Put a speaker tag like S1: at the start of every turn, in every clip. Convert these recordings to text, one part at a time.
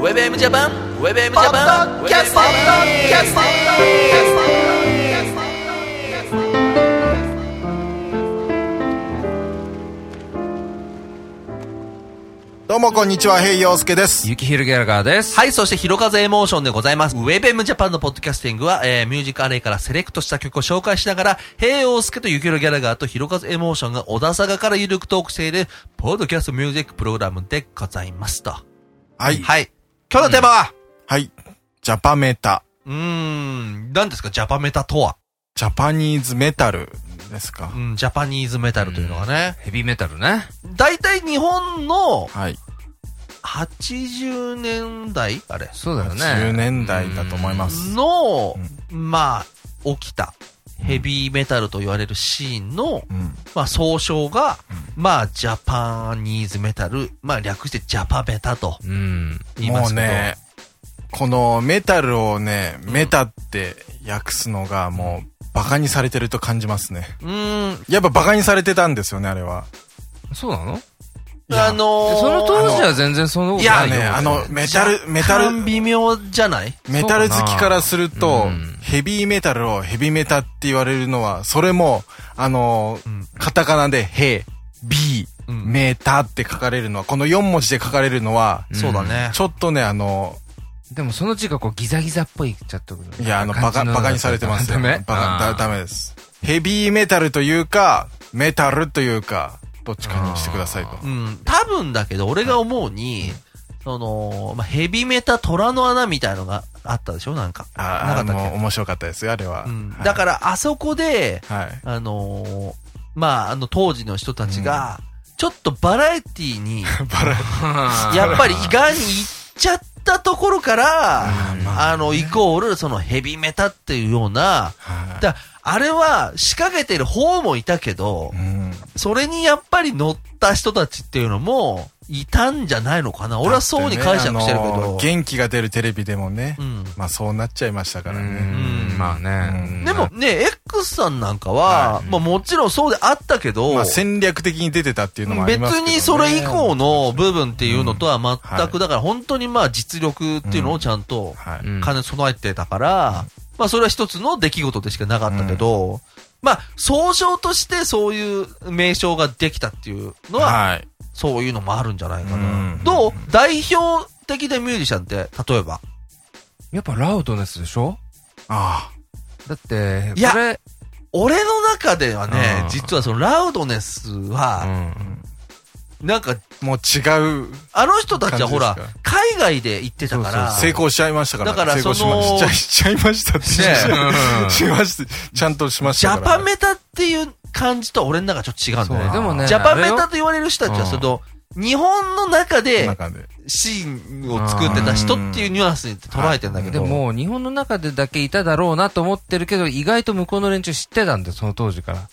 S1: WebM ジャパン WebM ジャパン
S2: キャストキャスト
S3: どうもこんにちは、ヘイヨウスケです。
S4: ゆきひるギャラガーです。
S1: はい、そして、ひろかぜエモーションでございます。ウェブエムジャパンのポッドキャスティングは、えー、ミュージックアレイからセレクトした曲を紹介しながら、平洋介とゆきるギャラガーとひろかぜエモーションが小田坂からゆるくトークしている、ポッドキャストミュージックプログラムでございますと。
S3: はい。
S1: はい。今日のテーマは、
S3: はい。ジャパメタ。
S1: うーん、何ですか、ジャパメタとは。
S3: ジャパニーズメタルですか
S1: う。ん、ジャパニーズメタルというのがね。
S4: ヘビーメタルね。
S1: 大体日本の
S3: はい。
S1: 80年代あれ
S4: そうだよね。
S3: 10年代だと思います。
S1: の、まあ、起きたヘビーメタルと言われるシーンの、
S3: うん。
S1: まあ、総称が、まあ、ジャパニーズメタル、まあ、略してジャパメタと
S4: うん。
S1: 言いま
S3: もう
S1: すけど。
S3: ね、このメタルをね、メタって訳すのがもう、バカにされてると感じますね。
S1: うーん。
S3: やっぱバカにされてたんですよね、あれは。
S4: そうなの
S3: いや
S1: あのー、
S4: その当時は全然そのことないよ。
S3: ね、あの、メタル、メ
S1: メ
S3: タ
S1: タ
S3: ル、
S1: ル微妙じゃない
S3: メタル好きからすると、
S4: うん
S3: ヘビーメタルをヘビメタって言われるのは、それも、あの
S1: う
S3: ー
S1: ん
S3: カタカナで、ヘ、ビ、
S1: うん
S3: メタって書かれるのは、この4文字で書かれるのは、
S4: うん
S1: そうだね。
S3: ちょっとね、あの
S4: でもその字がこうギザギザっぽいちゃっとくる
S3: ーいや、あの、バカ、バカにされてますよ。
S4: ダメ
S3: バカだ、ダメです。ヘビーメタルというか、メタルというか、どっちかにしてくださいと。
S1: うん。多分だけど、俺が思うに、その、まあ、ヘビメタ虎の穴みたいのがあったでしょなんか。な
S3: あ
S1: か
S3: あ、
S1: ったっけ
S3: もう面白かったですよ、あれは。
S1: うん
S3: はい
S1: だから、あそこで、
S3: はい。
S1: あのーまあ、あの、当時の人たちが、ちょっとバラエティ に、
S3: バ ラ、
S1: やっぱり意外に行っちゃったところから、あの、イコール、そのヘビメタっていうような、
S3: はい
S1: だあれは仕掛けてる方もいたけど
S3: う、ん
S1: それにやっぱり乗った人たちっていうのも、いたんじゃないのかな俺はそうに解釈してるけ
S3: だってねあ
S1: ど
S3: の。元気が出るテレビでもね、
S1: うん
S3: まあそうなっちゃいましたからね。
S4: うん。まあね。
S1: でも、ね、X さんなんかは、まあもちろんそうであったけど、
S3: まあ戦略的に出てたっていうのもあり
S1: 別
S3: ますけど、ね。
S1: にそれ以降。の部分っていうのとは
S3: うんは
S1: 全く、
S3: い
S1: だから本当にまあ実力っていうのをちゃんと
S3: はい。
S4: うん
S1: 兼ね備えてたから、まあそれは一つの出来事でしかなかったけど、まあ総称としてそういう名称ができたっていうのは、
S3: はい。
S1: そういうのもあるんじゃないか
S3: う。
S1: なんどう代表的でミュージシャンって、例えば。
S4: やっぱラウドネスでしょ
S3: あ
S4: だって、
S1: いや
S4: これ、
S1: 俺の中ではね
S4: う、ん
S1: 実はそのラウドネス
S4: う
S1: は、
S4: ん。
S1: なんか、
S3: あ。もう違う。
S1: あの人たちはほら
S3: 感じです、
S1: 海外で行ってたから、
S3: 成功しちゃいましたから。
S1: だから
S3: 成功しま
S1: その
S3: ししちゃいましたって。し
S4: ね
S3: しました。ちゃんとしまし
S1: ジ
S3: た
S1: ャ
S3: から。
S1: パメタっていう感じとは俺の中ちょっと違うん
S4: そ
S1: だよ
S4: う。
S1: ね。
S4: でもね、
S1: ジャパメ
S4: あれ
S1: タ
S4: よ
S1: と言われる人たちは、
S4: うん
S1: その、日本の中で
S3: 中で。
S1: シーンを作ってた人っていうニュアンスに捉えてんだけ
S4: で
S1: ど。
S4: も、日本の中でだけいただろうなと思ってるけど、意外と向こうの連中知ってたんだよ、その当時から。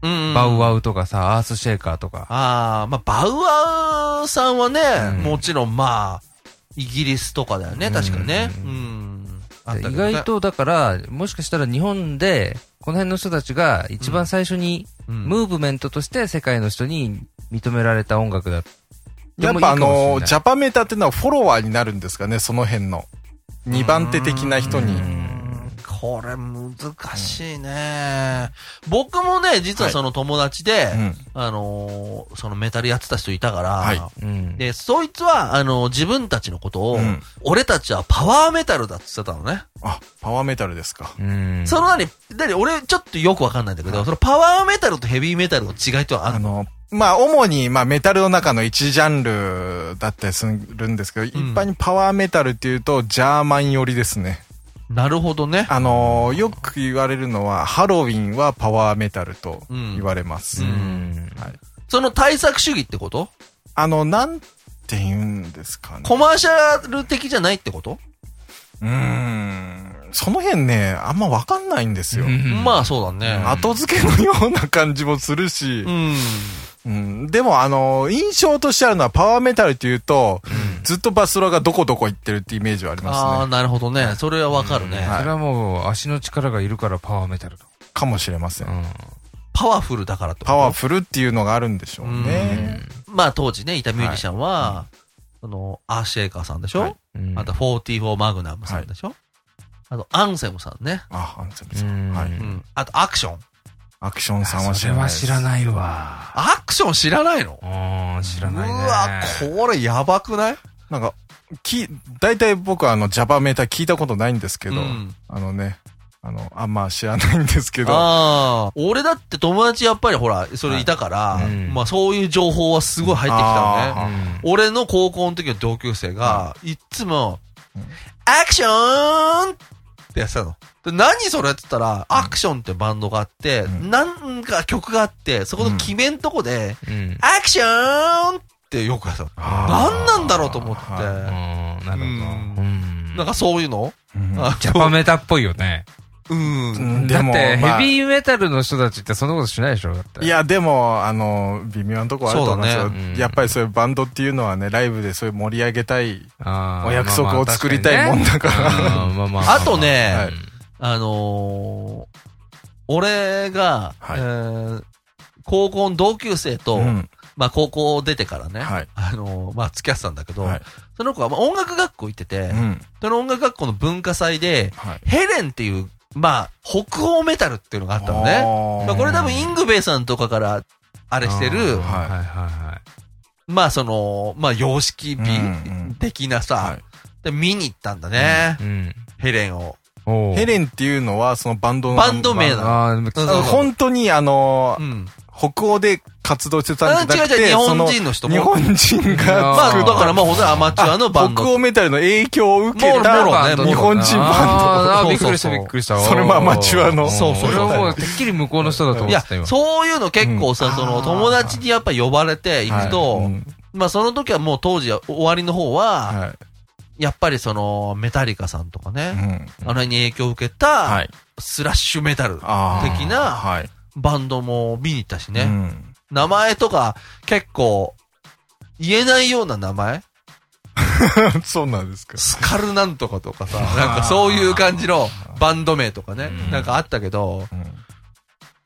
S1: うん、
S4: バウ
S1: ウ。
S4: ワウとかさ、アースシェイカーとか。
S1: ああ、まあ、バウアウさんはね、
S4: うん
S1: もちろんまあ、イギリスとかだよね、確かね。う。
S4: うん
S1: あったけどね
S4: 意外、とだから、もしかしたら日本で、この辺の人たちが一番最初に、
S1: うん
S4: ムーブメントとして世界の人に認められた音楽だ
S3: やっぱあの、ジャパメタってのはフォロワーになるんですかね、その辺の。二番手的な人に。
S1: これ難しいね、僕もね、実はその友達で、
S3: うん
S1: あのーそのメタルやってた人いたから、
S3: はい
S4: うん。
S1: で、そいつは、あの、自分たちのことを、
S3: うん
S1: 俺たちはパワーメタルだって言ってたのね。
S3: あ、パワーメタルですか。
S4: うん。
S1: その何、何俺ちょっとよくわかんないんだけど、そのパワーメタルとヘビーメタルの違いとはあ
S3: あ
S1: んの
S3: の、まあ、主に、まあ、メタルの中の一ジャンルだったりするんですけど、一般にパワーメタルっていうと、ジャーマン寄りですね。
S1: なるほどね。
S3: あのー、よく言われるのは、ハロウィンはパワーメタルと言われます。
S4: うん。
S1: その対策主義ってこと
S3: あの、なんて言うんですかね。
S1: コマーシャル的じゃないってこと、
S3: うーん。その辺ね、あんまわかんないんですよ。
S1: まあそうだね。
S3: 後付けのような感じもするし
S1: う、ん。
S3: うん、でもあのー、印象としてあるのはパワーメタルっていうと、ずっとバスローがどこどこ行ってるってイメージはあり
S1: あ
S3: ま
S1: あ、
S3: すね。
S1: なるほどね。それはわかるね、
S3: はい
S4: それはもう、足の力がいるからパワーメタルだ。
S3: かもしれません
S4: う。ん。
S1: パワフルだからと。
S3: パワフルっていうのがあるんでしょう
S1: うん
S3: ね。
S1: まあ当時ね、いたミュージシャンは、あの、アーシェイカーさんでしょ、
S3: はい
S4: うん
S1: あと、44マグナムさんでしょ、あと、アンセムさんね。
S3: あ、アンセムさん。
S4: うん
S3: はい。
S1: うん。あと、アクション。
S3: アクションさんは知
S4: それ
S3: らない
S4: は
S3: です。
S4: 知らないわ。
S1: アクション知らないの
S4: うん、知らないね。
S1: うわ、これやばくない
S3: なんか、き、大体僕はあの、ジャパメーター聞いたことないんですけど、
S1: うん
S3: あのね、あの、あんま知らないんですけど、
S1: ああ。俺だって友達やっぱりほら、それいたから、
S4: いうん
S1: まあそういう情報はすごい入ってきたのね。
S3: あ
S4: うん
S1: 俺の高校の時の同級生が、いっつも、アクションってやってたの。で何それって言ったら、アクションってバンドがあって、
S3: ん
S1: なんか曲があって、そこの決めんとこで、
S4: うん。
S1: アクションってよくやってたの。
S3: あ
S1: 何なんだろうと思って。
S3: はい
S4: うん、なるほ
S1: う
S4: ど。うん。
S1: なんかそういうの、
S3: うん
S1: あ
S4: ジャパメタっぽいよね。
S1: うん。
S3: うん
S4: だって、
S3: まあ
S4: ヘビーメタルの人たちってそんなことしないでしょだって。
S3: い、や、でも、あの、微妙なとこあると思います
S1: そ
S3: よ。
S1: うだ
S4: ねうん
S3: やっぱりそういうバンドっていうのはね、ライブでそういう盛り上げたい、
S4: お
S3: お約束を作りたいもんだから。
S4: まあまあ。
S1: あとね、
S3: はい
S1: あのー俺が、
S3: はい
S1: えー高校の同級生と、
S3: うん
S1: まあ高校出てからね、
S3: はい
S1: あのーまあ付き合ってたんだけど、
S3: はい
S1: その子はまあ音楽学校行ってて、
S3: うん
S1: その音楽学校の文化祭で、
S3: はい
S1: ヘレンっていう、まあ北欧メタルっていうのがあったの
S3: あ
S1: ね。
S3: ー
S1: まあこれ多分イングベイさんとかから、あれしてる、
S4: はいはいは
S1: まあその、まあ様式美
S3: うんうん
S1: 的なさ、
S3: はい
S1: で見に行ったんだね
S4: い。う、ん。
S1: ヘレンを。
S4: おう
S3: ヘレンっていうのは、そのバンドの。
S1: バンド名なの
S4: ああ、でも
S1: そう
S3: あの本当に、あの
S1: う、ん。
S3: 北欧で活動してたんじゃなく
S1: あ違う違う
S3: て、
S1: 日本人
S3: そ
S1: の人も
S3: 日本人
S4: あ
S1: ま
S3: が
S1: あ、
S3: 作
S1: だ
S3: っ
S1: からまあ本当にアマチュアのバンド。
S3: 北欧メタルの影響を受け
S1: もろも
S3: た、
S1: ろね
S3: 日本人
S4: あ
S3: バ
S1: もろ
S3: ン
S1: もろそうそうそう
S4: ーびっくりした、びっくりした。
S3: それもアマチュアの
S1: そうそう
S4: 俺はもう、てっきり向こうの人だと
S1: い
S4: 思
S1: や
S4: ってた、よ。
S1: そういうの結構さ、その友達にやっぱ呼ばれて行く
S3: ド。
S1: と、
S3: うん
S1: まあその時はもう当時は終わりの方は、
S3: はい
S1: やっぱりそのメタリカさんとか
S3: う
S1: ね、
S3: ん
S1: あの辺に影響を受け
S3: は
S1: た
S3: い。
S1: スラッシュメタル
S3: あー
S1: 的な
S3: はい。
S1: バンドも見に行ったし
S3: う
S1: ね、
S3: ん
S1: 名前とか結構言えないような名前
S3: そうなんですか。
S1: スカルなんとかとかさ、なんかそういう感じのバンド名とかね
S4: う、ん
S1: なんかあったけど、
S3: うん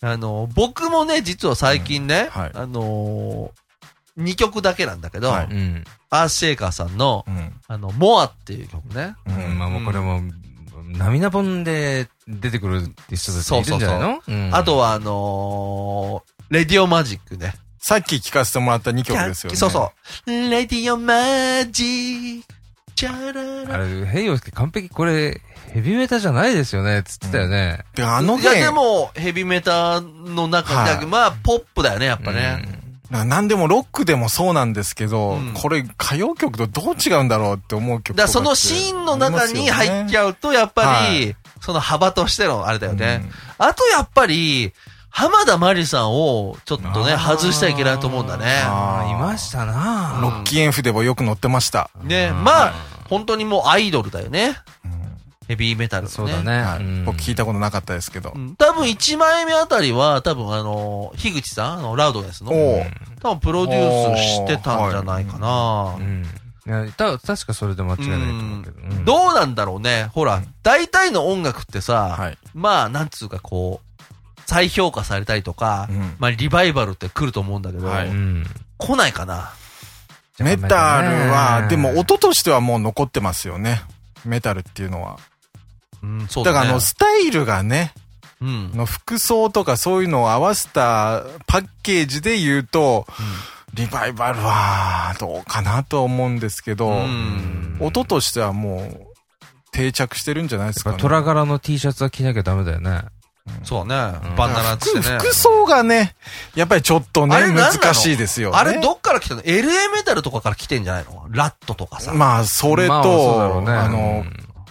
S1: あの、僕もね、実は最近ね、
S3: うんはい
S1: あのー、2曲だけなんだけど、
S3: は
S4: う
S3: い
S4: ん。
S1: アースシェイカーさんの、
S3: うん
S1: あの、モアっていう曲ね。
S3: う
S4: うん
S3: ん
S4: まあもうこれも、涙本で出てくる人たちいるんじゃないのうん
S1: あとは、あのー、レディオマジックね。
S3: さっき聴かせてもらった2曲ですよね。
S1: そうそう。レディオマジック、チャラ
S4: あ
S1: ラ。
S4: れ、ヘイヨウスケ完璧これ、ヘビメタじゃないですよね、つってたよね。
S3: で、あの
S1: いや、
S3: 弦
S1: で、も、ヘビメタの中で、
S3: はい
S1: まあ、ポップだよね、やっぱね。
S3: ななんでもロックでもそうなんですけど、
S1: うん
S3: これ歌謡曲とどう違うんだろうって思う曲と
S1: だから
S3: かって
S1: そのシーンの中に入っち
S3: ゃ
S1: ゃうと、やっぱ
S3: ありますよ
S1: り、その幅としてのあれだよね。
S3: うん
S1: あとやっぱり、浜田真理さんをちょっとね、外しちゃいけないと思うんだね。
S4: あーいましたな
S1: ロ
S3: ロッキーエンフでもよく乗ってました。
S1: ね、
S4: うん
S1: まあ、本当にもうアイドルだよね。ヘビーメタルのね。
S4: そうだね。
S3: はい
S4: うん
S3: 僕聞いたことなかったですけど
S1: う。ん。多分1枚目あたりは、多分あの、樋口さん、あの、ラウドネスの、
S3: おう
S1: 多分プロデュースしてたんじゃないかな
S4: う。ん。いや、た、確かそれで間違いないと思うけど。うん
S1: どうなんだろうね。ほら、大体の音楽ってさ、
S3: はい。
S1: まあ、なんつうかこう、再評価されたりとか、
S3: うん
S1: まあ、リバイバルって来ると思うんだけど、
S3: は
S4: う
S3: い
S4: ん。
S1: 来ないかな。
S3: メタルは、でも
S4: 音
S3: 音としてはもう残ってますよね。メタルっていうのは。
S1: うん、そう
S3: だ
S1: だ
S3: から
S1: ね。
S3: あの、スタイルがね、
S1: うん。
S3: の服装とかそういうのを合わせたパッケージで言うと、リバイバルはどうかなと思うんですけど、
S1: うん
S3: 音としてはもう定着してるんじゃないですかね。
S4: 虎柄の T シャツは着なきゃダメだよね。
S1: そうね。
S4: ん
S1: バナナつって
S3: 服
S1: ね。
S3: 服装がね、やっぱりちょっとね
S1: あれ、何なの
S3: 難しいですよね。
S1: あれどっから来たの ?LA メタルとかから来てんじゃないのラットとかさ。
S3: まあ、それと、
S4: まあそうだろうね
S3: あの、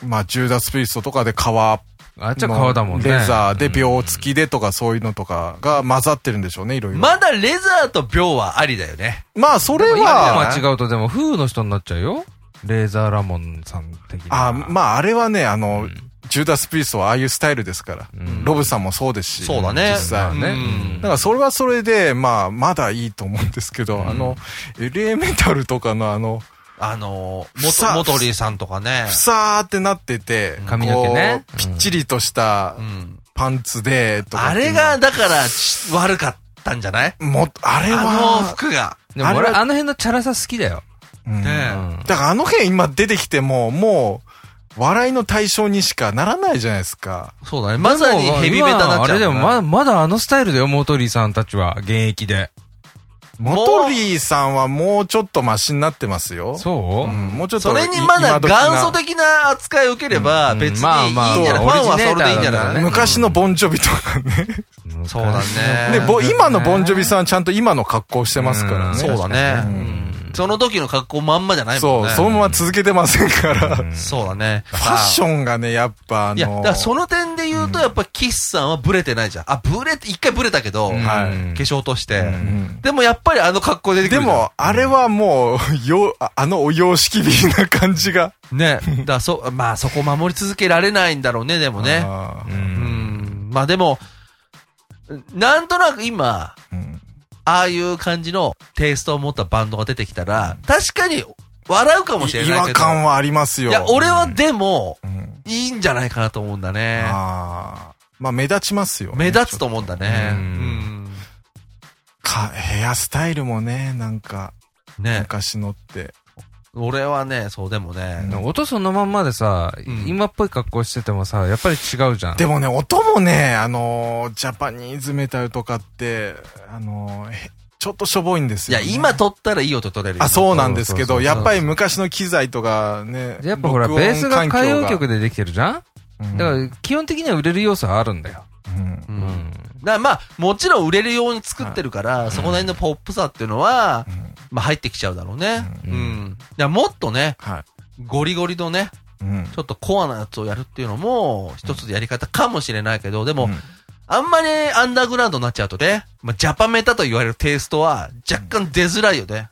S3: まあ、ジューダス・プリストとかで革
S4: あっちは
S3: の
S4: 革だもんね。
S3: レザーで秒付きでとかそういうのとかが混ざってるんでしょうね、いろいろ。
S1: まだレザーと秒はありだよね。
S3: まあ、それ
S4: 今
S3: は、
S4: は違うとでも、風の人になっちゃうよ。レーザーラモンさん的な。
S3: あまあ、あれはね、あの、ジューダス・プリストはああいうスタイルですから。
S4: ん
S3: ロブさんもそうですし。
S1: そうだね
S3: 実
S4: まあ
S3: 際。
S4: ね。
S1: うん
S3: だからそれはそれで、まあ、まだいいと思うんですけど、あの、LA メタルとかのあの、
S1: あのー、
S3: ふさ
S1: モトモトリーさんとかね
S3: ふ。さーってなってて、
S4: 髪の毛ね
S3: こうぴっちりとした
S1: うん。
S3: パンツで、とか
S1: あ
S3: っていう
S1: れ
S3: のは
S1: が、だから、ち悪かったんじゃない
S3: もう、あれ
S1: あの
S3: は、
S1: 服が。
S4: でも
S3: あれ
S4: 俺、
S3: は
S4: あの辺のチャラさ好きだよ。
S3: ううん
S1: ね
S3: だからあの辺今出てきても、もう、笑いの対象にしかならないじゃないですか。
S1: そうだね。まさにヘビメタになっ
S4: 今あ
S1: ちゃうんだ
S4: れでも
S1: ね。
S4: ま、まだあのスタイルだよ、モトリーさんたちは、現役で。
S3: モトリーさんはもうちょっとマシになってますよ。
S4: そう、
S3: うんもうちょっと
S1: それにまだ
S3: 今時な
S1: 元祖的な扱いを受ければ、
S4: うん
S1: 別に
S4: ま
S1: い
S4: あ
S1: いん
S4: まあ
S1: じゃないファンはそれでいいんじゃ
S4: オリジネーターだか
S1: な
S4: ら
S1: い
S4: ね
S3: 昔のボンジョビとかね。
S1: そうだね。
S3: で、
S1: うん
S3: ぼ今のボンジョビさんはちゃんと今の格好してますから
S4: うん
S3: ね。
S1: そうだ
S3: う
S1: ね。
S3: ん
S1: その時の格好まんまじゃないもん
S3: そ
S1: ね。
S3: う、そのまま続けてませんから。フ
S1: そうだね。フ
S3: ァッシ
S1: ョン
S3: ョンがね、やっぱあ
S1: いや、だ
S3: の
S1: か、らその点で言うと、やっぱ、キスさんはブレてないじゃん。あ、ブレて、一回ブレたけど、
S4: うん
S1: 化
S3: はい
S1: 粧として。
S3: ん
S1: でもやっぱりあの格好出てく
S3: で
S1: るじゃん。
S3: も、あれはもう、よ、ああのお様式美な感じが。
S1: ね。だからそ、 まあそこ守り続けられないんだろうね、でもね。
S3: あ
S4: う。
S3: ー
S1: うんん。まあでも、なんとなく今、
S3: うん
S1: ああいう感じのテイストを持ったバンドが出てきたら、確かに笑うかもしれない
S3: 違
S1: けど。
S3: 和感はありますよ。
S1: いや、俺はでも、
S3: うん
S1: いいんじゃないかなと思うんだね。
S3: あーまあ、目立ちますよね。
S1: 目立つと思うんだね。う
S4: うんん。
S3: か、ヘアスタイルもね、なんか、
S1: ね。
S3: 昔のって。
S1: 俺はね、そうでもね。
S4: 音そのまんまでさ、
S1: うん
S4: 今っぽい格好しててもさ、やっぱり違うじゃん。
S3: でもね、音もね、あのー、ジャパニーズメタルとかって、あのー、へちょっとしょぼいんです
S1: い
S3: よ、
S1: や、
S3: ね。
S1: 今撮ったらいい音撮れるよ。
S3: あ、そうなんですけ
S4: そうそうそうそう
S3: ど、やっぱり昔の機材とかね。
S4: やっぱほら、
S3: 録音
S4: ベースが
S3: 環境
S4: 歌謡曲でできてるじゃん
S3: うん
S4: だから、基本的には売れる要素はあるんだよ。
S3: うん
S1: う。
S4: うん
S1: だからまあ、もちろん売れるように作ってるから、そこら辺のポップさっていうのは、
S3: うん
S1: まあ入ってきちゃうだろうね。う。
S4: うんん
S1: うんいや、もっとね、
S3: はい。
S1: ゴリゴリのね、
S3: うん
S1: ちょっとコアなやつをやるっていうのも、一つやり方かもしれないけど、でも、
S3: うん
S1: あんまりアンダーグラウンドになっちゃうとね、まあ、ジャパメタと言われるテイストは若干出づらいよね。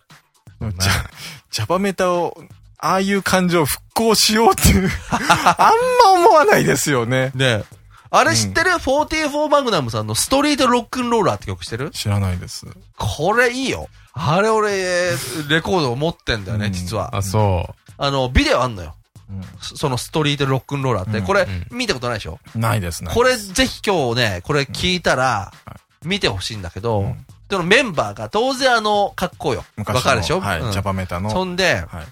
S3: ジャ ジャパメタを、ああいう感情を復興しようっていう、 あんま思わないですよね。
S1: ねあれ知ってる、?44 マグナムさんのストリートロックンローラーって曲知ってる
S3: 知らないです。
S1: これいいよ。あれ俺、レコードを持ってんだよ
S3: う
S1: ね、
S3: ん
S1: 実は。
S4: そ
S1: あの、ビデオあんのよ。
S3: う
S1: そそのストリートロックンローラーって。
S3: うん
S1: これ
S4: うん、
S1: 見たことないでしょ
S3: んないですね。
S1: これぜひ今日ね、これ聞いたら
S3: は、
S1: 見てほしいんだけ
S3: う
S1: ど
S3: ん、
S1: そのメンバーが当然あの、格好よ。わ
S3: 昔の
S1: かるでしょ
S3: はい、
S1: うん
S3: ジャパメタの。
S1: そんで、
S3: はい。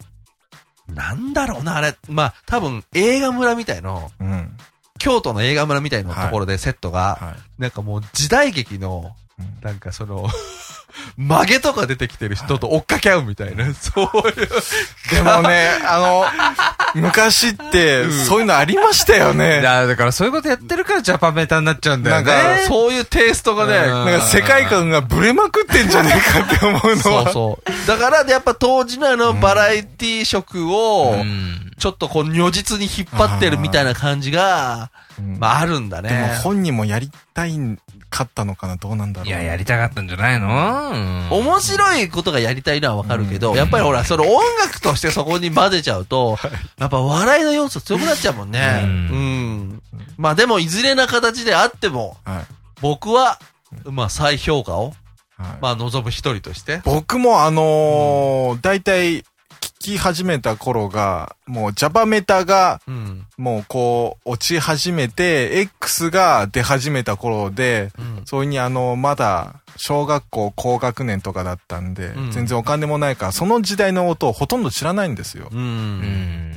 S1: なんだろうな、あれ。まあ、多分映画村みたいの、
S3: うん。
S1: 京都の映画村みたいなところでセットが、
S3: は
S1: なんかもう時代劇の、
S3: い。
S1: なんかその、 曲げとか出てきてる人と追っかけ合うみたいな、そういう。
S3: でもね、あの、昔って、そういうのありましたよ
S4: う。
S3: ね。
S4: だだから、そういうことやってるから、ジャパメタになっちゃうんだよね。
S3: なんか
S1: そういうテイストが
S4: う
S1: ね、
S3: なんか世界観がブレまくってんじゃねえかって思うの
S1: そ
S3: は。
S1: うそう。だから、やっぱ当時のあのバラエティ色を、
S4: うん
S1: ちょっとこう如実に引っ張ってるみたいな感じが、
S3: うん
S1: まああるんだ
S3: でも
S1: ね。
S3: 本人もやりたいん、かったのかなどうなんだろう。
S4: いや、やりたかったんじゃないのうん
S1: 面白いことがやりたいのはわかるけど、やっぱりほら、その音楽としてそこに混ぜちゃうと、やっぱ笑いの要素強くなっちゃうもんね。う
S4: うん
S1: ん。まあでも、いずれな形であっても、
S3: はい。
S1: 僕は、まあ再評価を、
S3: はい
S1: まあ望む一人として。
S3: 僕もあのー、大体、聞き始めた頃が、もうジャパメタが、
S1: うん。
S3: もうこう、落ち始めて、X が出始めた頃で、
S1: うん。
S3: それにあの、まだ、小学校高学年とかだったんで、
S1: うん
S3: 全然お金もないから、その時代の音をほとんど知らないんですよ。
S1: う。
S4: うんん。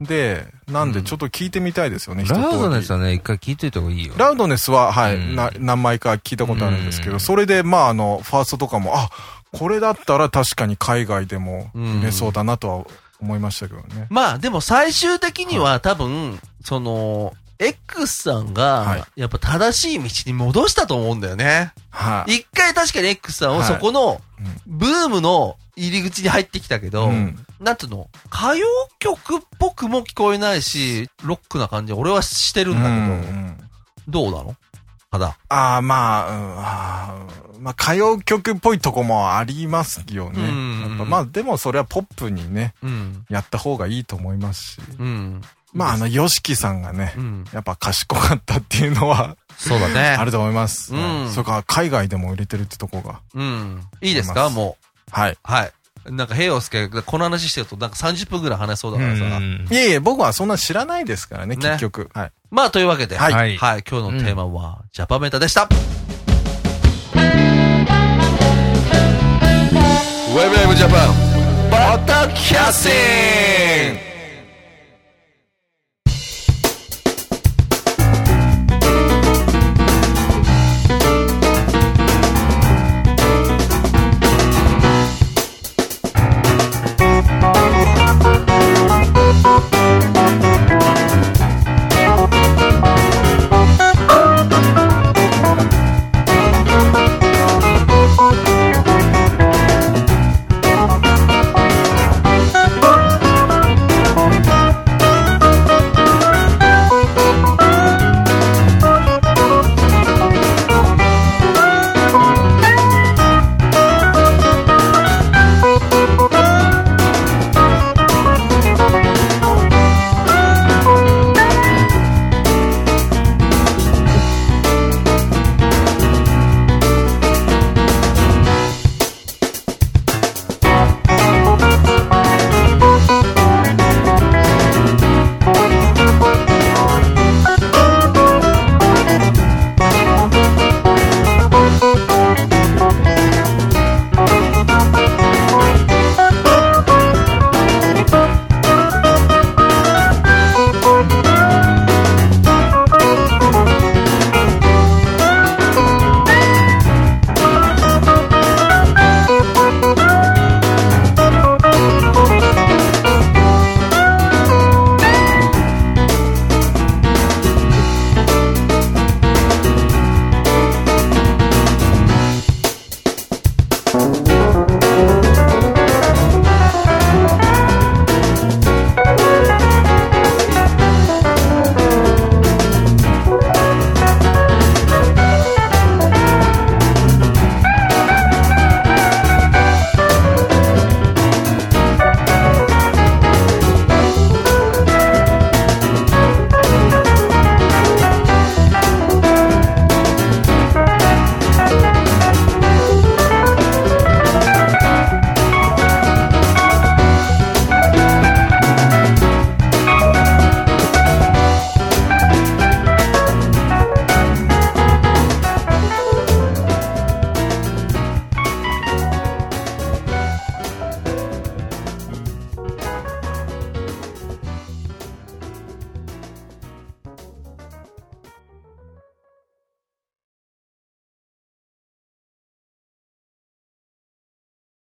S3: で、なんでちょっと聞いてみたいですよね、一通り
S4: ラウドネスはね、一回聞いといた方がいいよ。
S3: ラウドネスは、はい、
S4: うん
S3: な、何枚か聞いたことあるんですけ
S4: う
S3: ど、
S4: ん
S3: それで、まあ、あの、ファーストとかも、あ、これだったら確かに海外でも
S1: うん
S3: 売れそうだなとは思いましたけどね。
S1: まあでも最終的には多分、その、X さん
S3: はい
S1: が、やっぱ正しい道に戻したと思うんだよね。
S3: はい。
S1: 一回確かに X さんは
S3: はい
S1: そこの
S3: うん、
S1: ブームの入り口に入ってきたけど、
S3: うん
S1: なんていうの、歌謡曲っぽくも聞こえないし、ロックな感じ、俺はしてるんだけど、
S3: うん
S1: どうなのただ。
S3: ああ、まあ、うんあーまあ、歌謡曲っぽいとこもありますよね。
S1: うん
S3: やっぱまあ、でもそれはポップにね、
S1: うん。
S3: やった方がいいと思いますし。
S1: うん。
S3: まあ、あの、ヨシキさんがね
S1: う、ん。
S3: やっぱ賢かったっていうのは
S1: そうだね。
S3: あると思います。
S1: うん
S3: はいそれから海外でも売れてるってとこが。
S1: うん。いいです
S3: 思い
S1: か
S3: ます
S1: も
S3: はい。
S1: う。はい。なんか、平洋介、この話してると、なんか30分ぐらい話そうだ
S4: う
S1: からさ。
S4: ん
S3: いえいえ、僕はそんな知らないですから
S1: ね
S3: ね、結局。はい。
S1: まあ、というわけで、
S3: はい
S1: はい。今日のテーマは、ジャパメタでした。
S2: ウェブウェブジャパンバ
S1: ドキャスティング